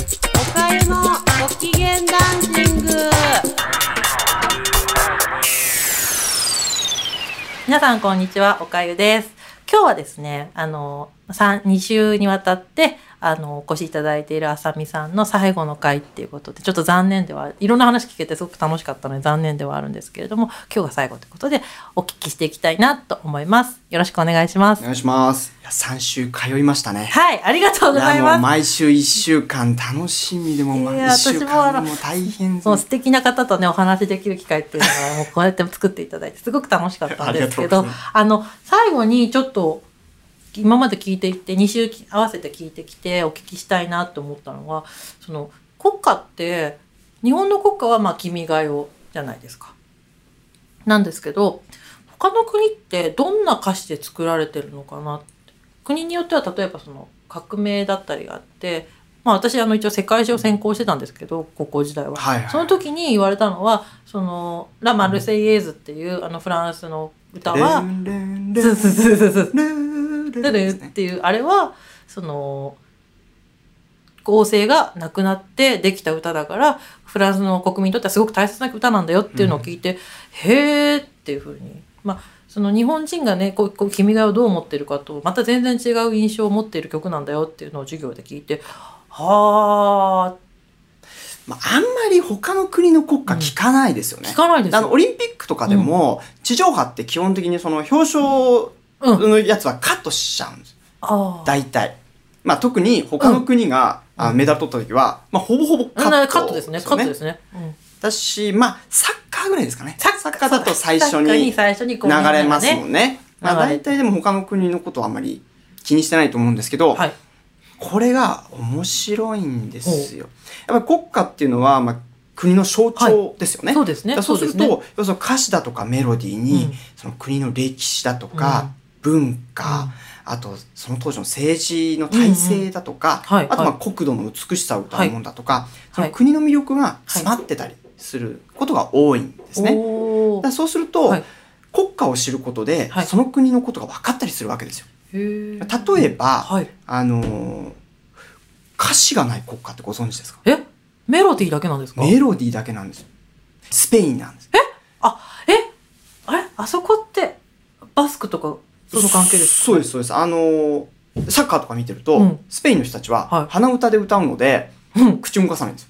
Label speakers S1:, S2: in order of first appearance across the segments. S1: おかゆのご機嫌ダンシング
S2: 皆さんこんにちは、おかゆです。今日はですね、あの、三2週にわたって、あの、お越しいただいているあさみさんの最後の回っていうことで、ちょっと残念では、いろんな話聞けてすごく楽しかったので残念ではあるんですけれども、今日が最後ということで、お聞きしていきたいなと思います。よろしくお願いしま
S3: お
S2: す。
S3: 願いします。いや、3週通いましたね。
S2: はい、ありがとうござい
S3: やもう
S2: ま
S3: 毎週1週間楽しみでもう
S2: いや
S3: 毎週
S2: 私もあの
S3: 間もう大変
S2: す。もう素敵な方とね、お話しできる機会っていうのは、もうこうやって作っていただいて、すごく楽しかったんですけど
S3: ありがとうございま、
S2: あの、最後にちょっと、今まで聞いていて、2週き合わせて聞いてきて、お聞きしたいなと思ったのは、その、国歌って、日本の国歌はまあ、君が代じゃないですか。なんですけど、他の国ってどんな歌詞で作られてるのかなって。国によっては、例えばその、革命だったりがあって、まあ私、あの、一応世界史を専攻してたんですけど、高校時代は。
S3: はいはい
S2: その時に言われたのは、その、ラ・マルセイエーズっていう、あの、フランスの歌は、
S3: ルンルンル
S2: そう
S3: ン
S2: そうそうそうそう。
S3: ルンルン
S2: ルル
S3: で
S2: っ
S3: すね
S2: ていうあれはその合成がなくなってできた歌だからフランスの国民にとってはすごく大切な歌なんだよっていうのを聞いて、へーっていうふうにまあその日本人がねこうこう君が代をどう思ってるかとまた全然違う印象を持っている曲なんだよっていうのを授業で聞いては
S3: まあ、あんまり他の国の国歌聞かないですよ
S2: あ
S3: ね。
S2: 聞かないです
S3: あの、
S2: よ。
S3: オリンピックとかでも、地上波って基本的にその表彰
S2: うん、
S3: のやつはカットしちゃうんです。
S2: あー
S3: 大体。まあ、特に他の国が、
S2: うん
S3: あメダル取った時は、まあ、ほぼほぼ
S2: あ
S3: カット、
S2: のカットですねカットですね。うん
S3: だし、まあ、サッカーぐらいですかね。サッカーだと最初
S2: 確かに
S3: に
S2: 最初にこう
S3: 流れます
S2: み
S3: も
S2: ん
S3: んね。まあ
S2: 流れ
S3: 大
S2: て
S3: 体でも他の国のことはあんまり気にしてないと思うんですけど、
S2: なねはい
S3: これが面白いんですよ。やっぱり国家っていうのは、まあ、国の象徴ですよね。
S2: そうです
S3: だ
S2: ね
S3: からそうする
S2: ですね
S3: と、要するに歌詞だとかメロディーに、
S2: うん
S3: その国の歴史だとか、文化、あとその当時の政治の体制だと
S2: う
S3: か、
S2: んうんはい
S3: あとまあ
S2: は
S3: 国土の美しさを歌うもんだとか、そ
S2: は
S3: の
S2: い
S3: 国の魅力が詰まってたりすることが多いんですね。
S2: おー
S3: だからそうすると、
S2: はい
S3: 国家を知ることで、
S2: はい
S3: その国のことが分かったりするわけですよ。
S2: へー
S3: 例えば、
S2: はい。
S3: あのー歌詞がない国家ってご存知ですか
S2: えメロディーだけなんですか
S3: メロディーだけなんですよ。スペインなんです。
S2: えあれあそこって、バスクとか、その関係ですか
S3: そうです、そうです。あのーサッカーとか見てると、
S2: うん
S3: スペインの人たち
S2: はい
S3: は鼻歌で歌うので、
S2: うん
S3: 口動かさないんです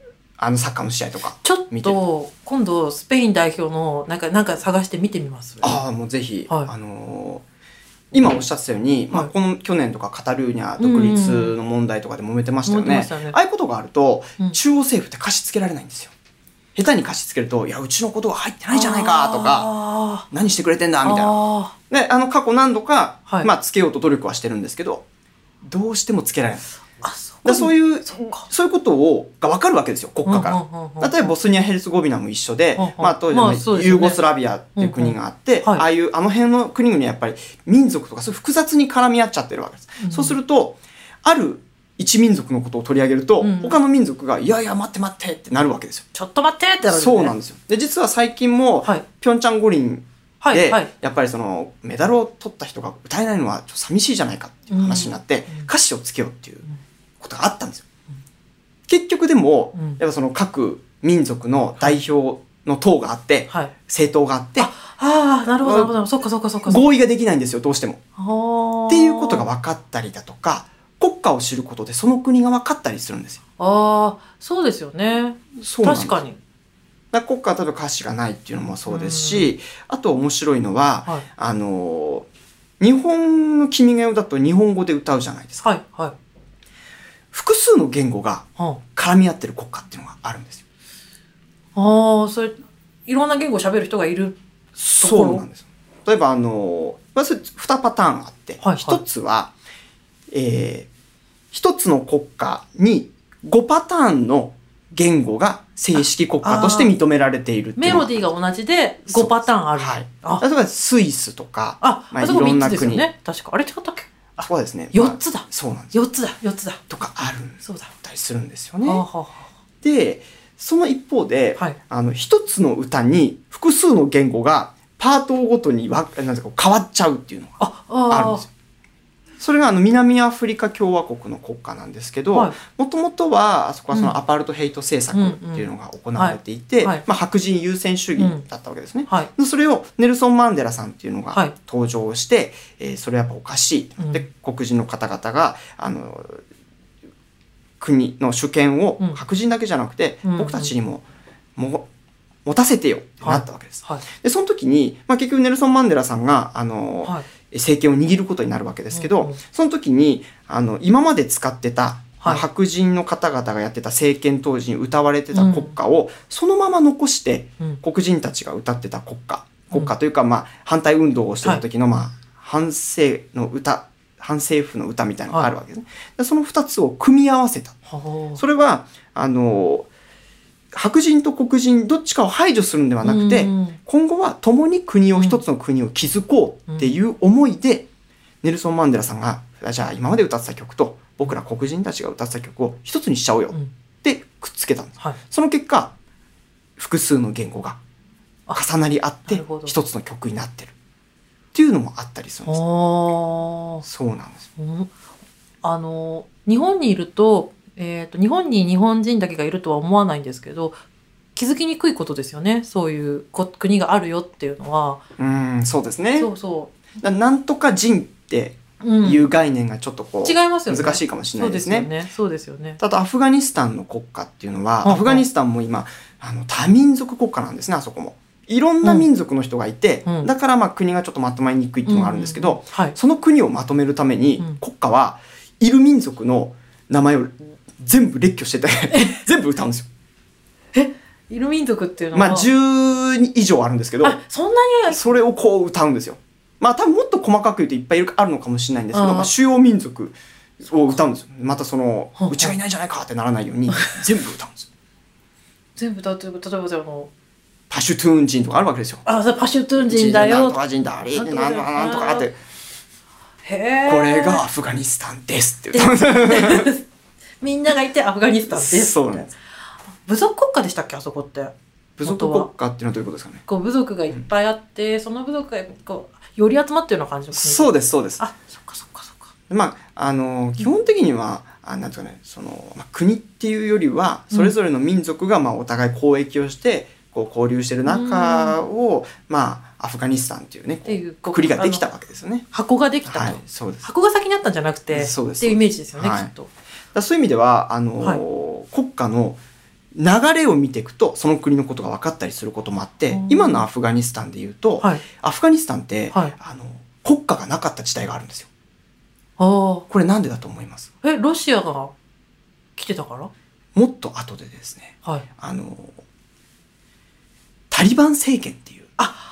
S3: よ。あのサッカーの試合とか。
S2: ちょっ
S3: 見てる
S2: と、今度、スペイン代表の、なんか、なんか探して見てみます。
S3: ああ、もうぜひ、
S2: はい
S3: あのー今おっしゃってたように、まあ、
S2: はい
S3: この去年とかカタルーニャ独立の問題とかで揉めてましたよ
S2: 揉めてま
S3: ね
S2: したよね。
S3: ああいうことがあると、
S2: うん
S3: 中央政府って貸し付けられないんですよ。下手に貸し付けると、いや、うちのことが入ってないじゃないかとか、
S2: か、
S3: 何してくれてんだ
S2: あー
S3: みたいな。
S2: あ
S3: ね、あの過去何度か、
S2: はい
S3: まあ、つけようと努力はしてるんですけど、どうしてもつけられない。
S2: ーあ、そ
S3: だからそう
S2: う
S3: いう、
S2: そっか
S3: そういうことを、が分かるわけですよ、国家から。
S2: ら
S3: 例えばボスニア・ヘルツェゴビナも一緒で、
S2: うんうん
S3: まあ当時
S2: ま
S3: の
S2: あそうですよ
S3: ユ
S2: ね
S3: ーゴスラビアっていう国があって、
S2: うんうんはい
S3: ああいうあの辺の国々はやっぱり民族とかそういう複雑に絡み合っちゃってるわけです。
S2: うん
S3: そうするとある一民族のことを取り上げると、
S2: うん
S3: 他の民族が「いやいや待って待って」ってなるわけですよ。
S2: ちょっと待ってってなるね
S3: そうなんですよ。で実は最近も
S2: はい
S3: ピョンチャン五輪
S2: はい
S3: で
S2: はい
S3: やっぱりそのメダルを取った人が歌えないのはちょっと寂しいじゃないかっていう話になって、
S2: うん
S3: 歌詞をつけようっていうことがあったんですよ。結局でも、
S2: うん
S3: やっぱその各民族の代表の党があって、
S2: はい。
S3: 政党があって、
S2: ああ、なるほど、なるほど。そっかそっかそっか。っ
S3: 合意ができないんですよ、どうしても。って
S2: て
S3: いうことが分かったりだとか、国家を知ることでその国が分かったりするんですよ。
S2: ああ、そうですよね。
S3: そうなんです
S2: 確かに。
S3: だから国家は例えば歌詞がないっていうのもそうですし、あと面白いのは、
S2: はい
S3: あのー日本の君が代だと日本語で歌うじゃないですか。
S2: はい、はい。
S3: 複数の言語が
S2: うん
S3: 絡み合ってる国家っていうのがあるんですよ。
S2: ああ、それ、いろんな言語喋る人がいる。ころ
S3: そうなんですよ。例えば、あの、まず2パターンあって、
S2: はいはい
S3: 1つは、えー、1つの国家に5パターンの言語が正式国家として認められているってい
S2: メ
S3: う
S2: ロ
S3: のが
S2: ディーが同じで
S3: そう
S2: 5パターンある。
S3: はい
S2: あ、
S3: 例えばスイスとか、
S2: あ、
S3: まあ
S2: あそこ
S3: いろん
S2: 3
S3: な
S2: つですよ
S3: 国
S2: ね。確か。あれ違ったっけ
S3: あそこはですね、まあ
S2: ?4 つだ。
S3: そうなんですよ。
S2: 4つだ。4つだ。
S3: とかあるん
S2: そうだ。
S3: だりするんですよ
S2: はあは
S3: ね。
S2: あは
S3: で、その一方で、
S2: はい
S3: あの、一つの歌に複数の言語がパートごとにわなんていうか変わっちゃうっていうのが
S2: ああー
S3: あるんですよ。それがあの南アフリカ共和国の国家なんですけど、
S2: はい
S3: もともとはあそこはそ
S2: うん
S3: のアパルトヘイト政策っていうのが行われていて、
S2: うんうんはいはい
S3: まあ、白人優先主義だったわけですね。
S2: はい
S3: でそれをネルソン・マンデラさんっていうの
S2: はい
S3: が登場して、えーそれはやっぱおかしいって、
S2: うん
S3: で黒人の方々があの国の主権を
S2: うん
S3: 白人だけじゃなくて、
S2: うん
S3: 僕たちにもも持たせてよってなったわけです。
S2: はい
S3: でその時に、まあ、結局ネルソン・マンデラさんがあの、
S2: はい
S3: 政権を握ることになるわけですけど、
S2: うんうん
S3: その時にあの今まで使ってた、
S2: はい
S3: 白人の方々がやってた政権当時に歌われてた国歌を、そのまま残して
S2: うん
S3: 黒人たちが歌ってた国歌国歌というか、まあ、反対運動をしてた時の、まあ、反政の歌反政府の歌みたいなのがあるわけですね。でその2つを組み合わせた
S2: はあ
S3: それはあの白人と黒人どっちかを排除するんではなくて、
S2: うん
S3: 今後は共に国を一つの国を築こうっていう思いで、ネルソン・マンデラさんがじゃあ今まで歌ってた曲と僕ら黒人たちが歌ってた曲を一つにしちゃおうよ
S2: うん
S3: ってくっつけたんです、
S2: はい
S3: その結果複数の言語が
S2: あ
S3: 重なり合っ
S2: な
S3: て
S2: るほど
S3: 一つの曲になってるっていうのもあったりするんです
S2: はあ
S3: そうなんです
S2: うんあの日本にいると,、えー、と日本に日本人だけがいるとは思わないんですけど気づきにくいことですよねそういうこ国があるよっていうのは
S3: うんそうですね
S2: そうそ
S3: だなんとか人って
S2: う、うん、
S3: いう概念がちょっとこう、
S2: 違いますよね
S3: 難しいかもし
S2: そ
S3: れな
S2: う
S3: いで
S2: ですすよ
S3: ね
S2: ねそうですよね
S3: ただアフガニスタンの国家っていうのは、
S2: はいはい
S3: アフガニスタンも今あの多民族国家なんですねあそこもいろんな民族の人がいて、
S2: うん
S3: だからまあ国がちょっとまとまりにくいっていうのがあるんですけど、
S2: ううはい
S3: その国をまとめるために、
S2: うん
S3: 国家はいる民族の名前を全部列 挙してて全部歌うんですよ。
S2: イル民族っていうのは、
S3: まあ10以上あるんですけど
S2: あそんなに
S3: それをこう歌うんですよ。まあ多分もっと細かく言うといっぱいいるあるのかもしれないんですけど、
S2: あー
S3: まあ、主要民族を歌うんですよ。またその
S2: ほうほう
S3: うちがいないじゃないかってならないように全部歌うんですよ。
S2: 全部だって例えばじゃあの
S3: パシュトゥーン人とかあるわけですよ。
S2: あそれパシュトゥン人だ
S3: なん
S2: よ
S3: とか人だ、あれ、
S2: な
S3: なんん
S2: と
S3: と
S2: か
S3: か
S2: 人だ
S3: なんとかって、
S2: へえ
S3: これがアフガニスタンですって言ったんです
S2: みんながいてアフガニスタンです
S3: そうなんです。
S2: 部族国家でしたっけあそこって
S3: 部族国家っていうのはどういうことですかね。
S2: こう部族がいっぱいあって、その部族がこうより集まってるような感じの国
S3: そうです、そうです。
S2: あそっかそっかそっか
S3: まあ、あの、基本的には、あなんていうかね、その、まあ、国っていうよりは、それぞれの民族が、まあ、お互い交易をして、こう、交流してる中を、まあ、アフガニスタンっていうね、こ
S2: っていうこ
S3: う
S2: う
S3: 国ができたわけですよね。
S2: 箱ができたと、
S3: はい、そうです。
S2: 箱が先にあったんじゃなくて
S3: そうです
S2: っていうイメージですよね、
S3: はい
S2: きっと
S3: だからそういう意味ではあのー国家の流れを見ていくとその国のことが分かったりすることもあって
S2: うん
S3: 今のアフガニスタンで言うと、
S2: はい
S3: アフガニスタンって、
S2: はい
S3: あの国家がなかった時代があるんですよ。
S2: あ
S3: これなんでだと思います
S2: あえロシアが来てたから
S3: もっと後でですね
S2: はい
S3: あのータリバン政権っていう
S2: あ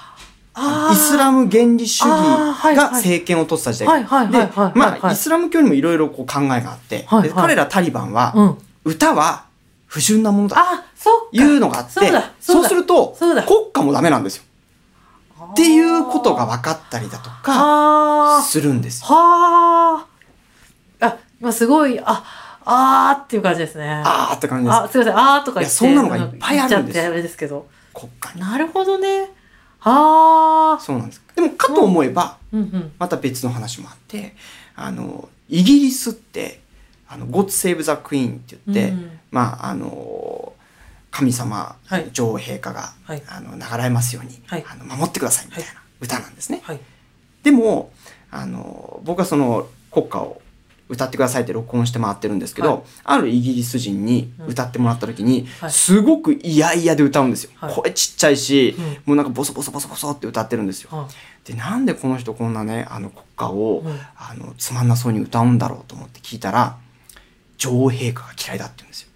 S2: ー
S3: イスラム原理主
S2: あーはい
S3: 義
S2: はい
S3: が政権を取ってた時代
S2: はいはいはいはい
S3: で
S2: はい
S3: ま
S2: は
S3: あ
S2: い
S3: イスラム教にもいろいろこう考えがあって、
S2: はいはい
S3: で彼らタリバンは、
S2: うん
S3: 歌は不純なものだ
S2: あそっか
S3: いうのがあって、
S2: そうだ
S3: そう
S2: だ
S3: すると、
S2: そうだ
S3: 国家もダメなんですよ。っていうことが分かったりだとか、
S2: あー
S3: するんですよ。
S2: はああ今すごいああーっていう感じですね
S3: あーって感じで
S2: あすいませんあーとか言って
S3: いやそんなのがいっぱいあるんです
S2: 言っちゃってあれですけど
S3: す。国家に。
S2: なるほどねああ
S3: そうなんです。でも、かと思えば、
S2: うんうん
S3: また別の話もあって、あの、イギリスって、あの、God Save the Queen って言って、
S2: うんうん
S3: まあ、あの、神様、
S2: はい
S3: 女王陛下が、
S2: はい
S3: あの、流れますように、
S2: はい
S3: あの守ってくださいみたいな歌なんですね。
S2: はい
S3: でもあの僕はその国歌を歌ってくださいって録音して回ってるんですけど、
S2: はい
S3: あるイギリス人に歌ってもらった時に、
S2: はい
S3: すごく嫌々で歌うんですよ、
S2: はい
S3: 声ちっちゃいし、
S2: うん
S3: もうなんかボソボソボソボソって歌ってるんですよ、
S2: は
S3: でなんでこの人こんなねあの国歌を、
S2: うん
S3: あのつまんなそうに歌うんだろうと思って聞いたら女王陛下が嫌いだって言うんですよ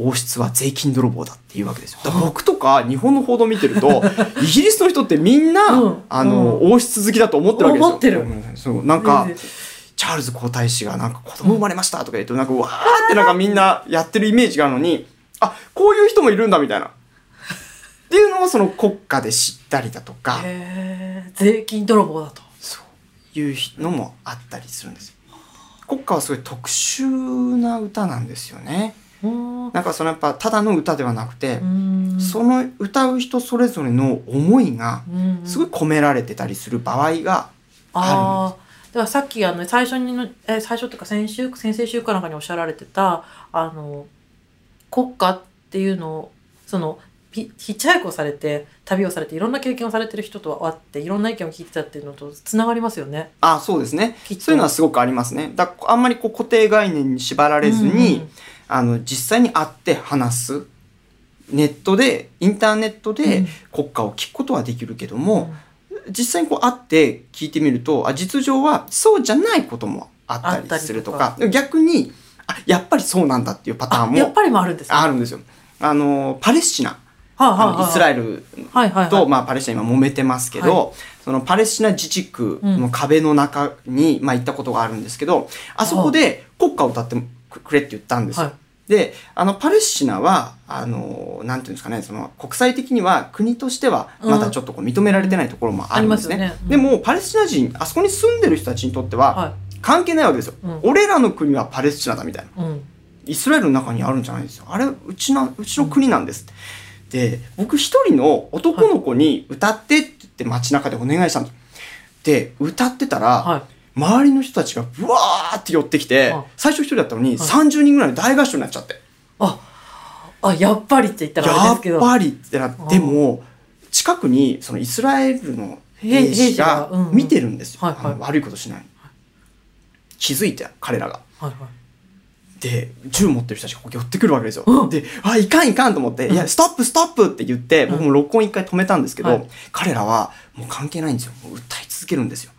S3: 王室は税金泥棒だっていうわけですよだから僕とか日本の報道見てる とイギリスの人ってみんな、
S2: うん
S3: あの、王室好きだと思ってるわけですよ
S2: 思ってる
S3: うんそうなんか、
S2: うん
S3: チャールズ皇太子がなんか子供生まれましたとか言うとなんかうわーってなんかみんなやってるイメージがあるのにあこういう人もいるんだみたいなっていうのをその国家で知ったりだとか
S2: いへえ税金泥棒だと
S3: そういうのもあったりするんですよ。国歌はすごい特殊な歌なんですよね。
S2: うーん
S3: なんかそのやっぱただの歌ではなくて
S2: う、ーん
S3: その歌う人それぞれの思いが
S2: うん
S3: すごい込められてたりする場合があるんです。
S2: ああーからさっきあの最初にのえ最初っていうか先週先々週かなんかにおっしゃられてたあの国家っていうのをそのひヒッチハイクをされて旅をされていろんな経験をされてる人と会っていろんな意見を聞いてたっていうのとつながりますよね。
S3: あそうですね
S2: きっと
S3: そういうのはすごくありますねだあんまりこう固定概念に縛られずに、
S2: うんうん
S3: あの実際に会って話すネットでインターネット
S2: う
S3: で
S2: ん
S3: 国歌を聞くことはできるけども、実際にこう会って聞いてみるとあ実情はそうじゃないこともあ
S2: あっ
S3: った
S2: た
S3: り
S2: り
S3: すると
S2: と
S3: か
S2: か
S3: 逆にあやっぱりそうなんだっていうパター
S2: あ
S3: ン
S2: やっ
S3: も
S2: ぱりもあるんですね
S3: あるんですよ。あのパレスチナ、
S2: はいはい
S3: あ
S2: は
S3: の
S2: い
S3: イスラエル
S2: はいはいはい
S3: と、まあ、パレスチナ今揉めてますけど、
S2: は
S3: そのパレスチナ自治区の壁の中に、まあ、行ったことがあるんですけどあそこで国歌を歌ってくれって言ったんですよ。
S2: はい
S3: であのパレスチナはあのなんていうんですかねその国際的には国としては
S2: うん
S3: まだちょっとこう認められてないところもあるんですね。
S2: ありますよねうん
S3: でもパレスチナ人あそこに住んでる人たちにとっては
S2: は
S3: 関係ないわけですよ。
S2: うん
S3: 俺らの国はパレスチナだみたいな。
S2: いうん
S3: イスラエルの中にあるんじゃないんですよ。あれ、うちの、うちの国なんですって。で、僕一人の男の子に歌ってって言って街中でお願いしたんです。で、歌ってたら、
S2: は
S3: 周りの人たちがブワーって寄ってきて
S2: はい、
S3: 最初一人だったのに
S2: はい
S3: 30人ぐらいの大合唱になっちゃって。
S2: あやっぱりって言ったらあれですけ
S3: やっ
S2: ど
S3: ぱりってなっ
S2: うん
S3: て、でも、近くにそのイスラエルの
S2: 兵
S3: 兵士
S2: 兵士が
S3: が
S2: うんうん
S3: 見てるんですよ。
S2: はいはい
S3: あの悪いことしない。気づいて、彼らが。
S2: はいはい
S3: で銃持ってる人たちがこう寄ってくるわけですよ。
S2: うん
S3: で「あいかんいかん」と思って「いやストップストップ」って言って僕も録音一回止めたんですけど、
S2: はい
S3: 彼らはもう関係ないんですよもう訴え続けるんですよ。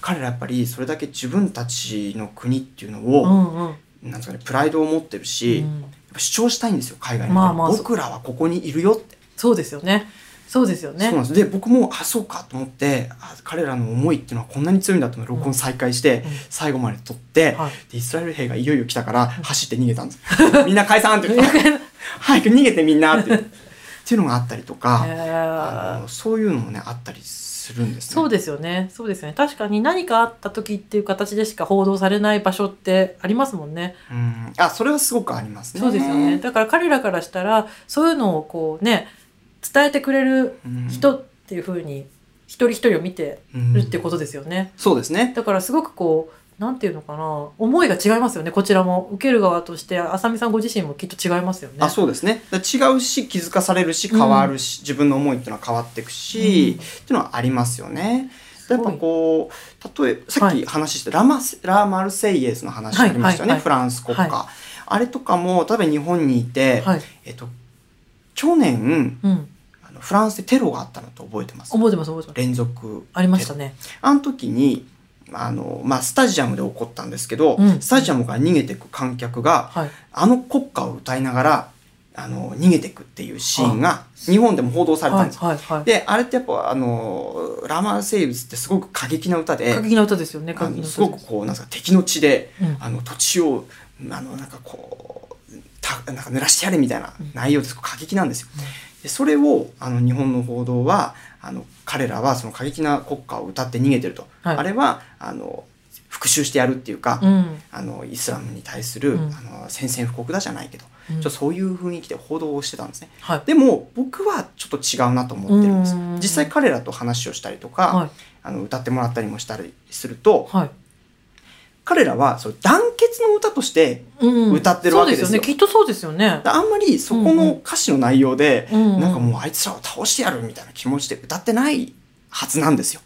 S3: 彼らやっぱりそれだけ自分たちの国っていうの
S2: う
S3: を、
S2: んうん
S3: なんですかねプライドを持ってるし、
S2: う
S3: やっ
S2: ん
S3: ぱ主張したいんですよ海外に、
S2: まあまあそう
S3: 僕らはここにいるよって。
S2: そうですよねそうですよ
S3: そうなん
S2: ね
S3: ですで僕もあそうかと思ってあ彼らの思いっていうのはこんなに強いんだっていうのを録音再開して、
S2: うん
S3: 最後まで撮って、
S2: はい
S3: でイスラエル兵がいよいよ来たから走って逃げたんです、みんな解散って言って 早く逃げてみんなって言ってっていうのがあったりとか、
S2: へ
S3: あ
S2: ー
S3: のそういうのもねあったりするんですね
S2: そうですよねそうですよね確かに何かあった時っていう形でしか報道されない場所ってありますもんね
S3: うんあそれはすごくありますね
S2: そうですよねだから彼らからしたらそういうのをこうね伝えてくれる
S3: うん
S2: 人っていうふうに一人一人を見て
S3: うん
S2: るってことですよね
S3: そうですね
S2: だからすごくこうなんていうのかな思いが違いますよねこちらも受ける側として浅見さんご自身もきっと違いますよね
S3: あそうですねだから違うし気づかされるし変わるし、自分の思いっていうのは変わっていくし、
S2: うん
S3: っていうのはありますよね。
S2: す
S3: やっ
S2: ご
S3: ぱ
S2: い
S3: こう例えばさっき話した、ラマスラ・マルセイエスの話ありましたよね、
S2: はいはいはい
S3: フランス国歌、
S2: は
S3: あれとかも例えば日本にいて、
S2: はい、
S3: えっと、去年
S2: うん、
S3: あのフランスでテロがあったのと覚えてます
S2: 覚えてます覚えてます
S3: 連続
S2: ありましたね
S3: あの時にあの、まあ、スタジアムで起こったんですけど、
S2: うん
S3: スタジアムから逃げてく観客が
S2: はい
S3: あの国歌を歌いながらあの逃げてくっていうシーンが日本でも報道されたん
S2: はい
S3: ですよ。
S2: はいはい
S3: であれってやっぱあのラマン生物ってすごく過激な歌で
S2: 過激な歌ですよね過
S3: あ
S2: 激な歌
S3: の
S2: です
S3: ごくこうなんですか敵の地で、
S2: うん
S3: あの土地をあのなんかこうたなんか濡らしてやれみたいな
S2: うん
S3: 内容ですごく過激なんですよ。
S2: うん
S3: でそれをあの日本の報道はあの彼らはその過激な国歌を歌って逃げてると、
S2: はい
S3: あれはあの復讐してやるっていうか、
S2: うん
S3: あのイスラムに対す
S2: う
S3: る、
S2: ん
S3: あの宣戦布告だじゃないけど、
S2: うん
S3: ちょっとそういう雰囲気で報道をしてたんですね
S2: はい
S3: でも僕はちょっと違うなと思ってるんです
S2: うん
S3: 実際彼らと話をしたりとか、
S2: はい
S3: あの歌ってもらったりもしたりすると
S2: はい
S3: 彼らはその団結の歌として
S2: うん
S3: 歌ってるわけですよ
S2: そうですよねきっとそうですよね
S3: あんまりそこの歌詞の内容で、
S2: うんうん
S3: なんかもうあいつらを倒してやるみたいな気持ちで歌ってないはずなんですよ。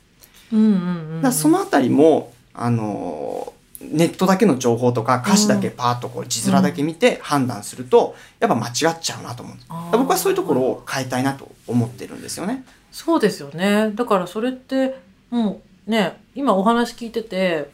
S2: うんうんう
S3: だ
S2: ん
S3: からそのあたりも、あのーネットだけの情報とか歌詞だけパーッとこう字面だけ見て判断すると、やっぱ間違っちゃうなと思うんです。だ
S2: あ
S3: か
S2: ー
S3: ら僕はそういうところを変えたいなと思ってるんですよね。
S2: そうですよねだからそれってもうね今お話聞いてて、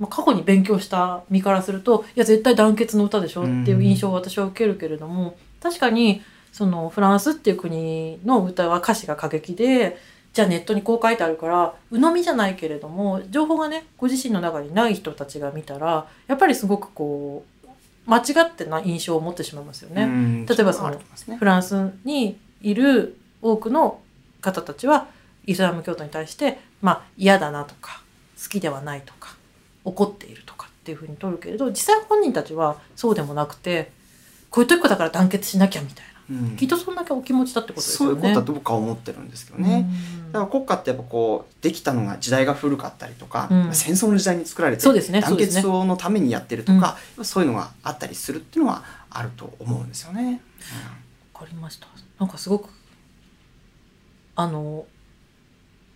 S2: まあ、過去に勉強した身からするといや絶対団結の歌でしょっていう印象を私は受けるけれども、確かにそのフランスっていう国の歌は歌詞が過激でじゃあネットにこう書いてあるから鵜呑みじゃないけれども情報がねご自身の中にない人たちが見たらやっぱりすごくこう間違ってな印象を持ってしまいますよね。
S3: うん
S2: 例えばその
S3: ありますね
S2: フランスにいる多くの方たちはイスラム教徒に対して、まあ、嫌だなとか好きではないとか怒っているとかっていうふうに取るけれど実際本人たちはそうでもなくてこういう時こそだから団結しなきゃみたいな
S3: うん
S2: きっとそんだけお気持ちだってことです
S3: そうい
S2: よ
S3: うこと
S2: ね。
S3: だと僕は思ってるんですけどね。
S2: うん
S3: だから国家ってやっぱこうできたのが時代が古かったりとか、
S2: うん
S3: 戦争の時代に作られて
S2: そうですね
S3: 団
S2: そうです
S3: 結
S2: ね
S3: のためにやってるとか、そういうのがあったりするっていうのはあると思うんですよね。
S2: わかりました。なんかすごく、あの、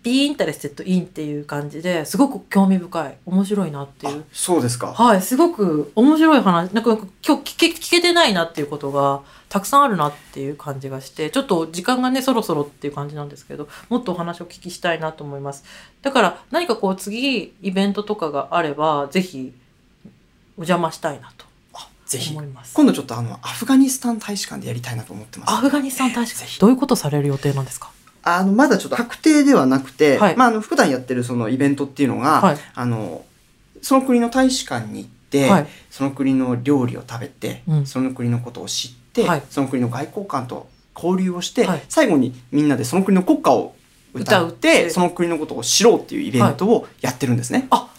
S2: ビーインタレステッドインっていう感じですごく興味深い、面白いなって
S3: あ
S2: いう。
S3: そうですか。
S2: はい、すごく面白い話、なんか今日聞け聞けてないなっていうことがたくさんあるなっていう感じがして、ちょっと時間がね、そろそろっていう感じなんですけど、もっとお話をお聞きしたいなと思います。だから何かこう次イベントとかがあれば、ぜひお邪魔したいなと
S3: あぜひ
S2: 思います。
S3: 今度ちょっとあのアフガニスタン大使館でやりたいなと思ってます。
S2: アフガニスタン大使
S3: ぜ
S2: 館
S3: ひ
S2: どういうことされる予定なんですか
S3: あのまだちょっと確定ではなくて、
S2: はい
S3: まああの普段やってるそのイベントっていうのが、
S2: はい
S3: あのその国の大使館に行って、
S2: はい
S3: その国の料理を食べて、
S2: うん
S3: その国のことを知って、
S2: はい
S3: その国の外交官と交流をして、
S2: はい
S3: 最後にみんなでその国の国歌を歌って
S2: 歌って
S3: その国のことを知ろうっていうイベントをやってるんですね。
S2: あ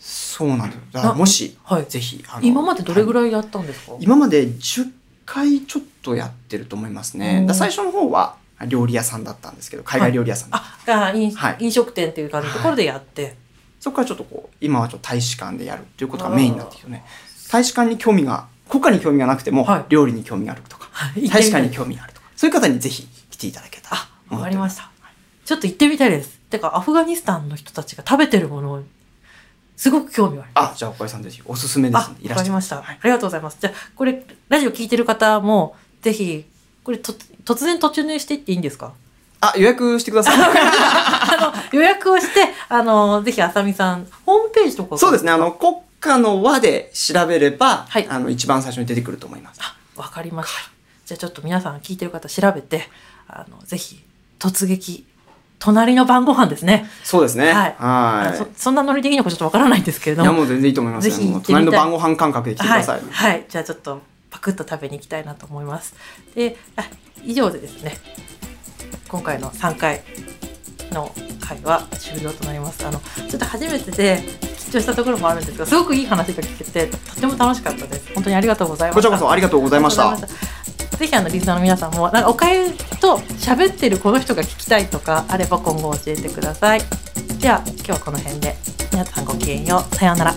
S3: そうなんです。だから
S2: な
S3: もし
S2: はい
S3: ぜひあの
S2: 今までどれぐ
S3: い
S2: らいやったんですか、
S3: 今まで10回ちょっとやってると思いますね。
S2: うん
S3: だから最初の方は料理屋さんだったんですけど海外料理屋さんだったんですけど
S2: あが飲,、
S3: はい
S2: 飲食店っていう感じのところでやって、
S3: そこからちょっとこう、今はちょっと大使館でやるっていうことがメインになってきてね。大使館に興味が、国家に興味がなくても
S2: はい、
S3: 料理に興味があるとか、
S2: はい
S3: 大使館に興味があるとか、そういう方にぜひ来ていただけたら。
S2: あわかりましたたちょっと行ってみたいですてかアフガニスタンの人たちが食べてるものすごく興味があります
S3: あ、じゃあ、おかりさんぜひおすすめで
S2: あ
S3: すので、い
S2: わ
S3: ら
S2: か
S3: っし
S2: り
S3: ゃい
S2: ま
S3: ま
S2: し
S3: せ
S2: た、
S3: はい
S2: ありがとうございますじゃあこれラジオ聞いてる方もぜひこれと突然途中入していっていいんですか
S3: あ、予約して ください。
S2: あの予約をしてあのぜひあさみさんホームページとか
S3: そうです
S2: ね
S3: ね、あの、国家の輪で調べれば
S2: はい、
S3: あの、一番最初に出てくると思います。
S2: わかりました、じゃあちょっと皆さん聞いてる方調べてあのぜひ突撃隣の晩ご飯ですね、
S3: そうですね。
S2: はいあのそ
S3: は
S2: そんなノリでいいのかちょっとわからないんですけれ
S3: い。
S2: ど
S3: いや、
S2: も
S3: もう全然いいと思いますよ。
S2: ぜひ行
S3: も
S2: っ
S3: う
S2: てみたい
S3: 隣の晩ご飯感覚で来てく
S2: は
S3: だ
S2: い、
S3: さい。
S2: はい、じゃあちょっとパクッと食べに行きたいなと思いますであ以上でですね今回の3回の回は終了となりますあのちょっと初めてで緊張したところもあるんですがすごくいい話が聞けてとっても楽しかったです本当にありがとうございま
S3: こ
S2: し
S3: ち
S2: た
S3: らこそありがとうございました。
S2: ぜひあのリスナーの皆さんもなんかおかゆと喋ってるこの人が聞きたいとかあれば今後教えてください。じゃあ今日はこの辺で皆さんごきげんようさようなら。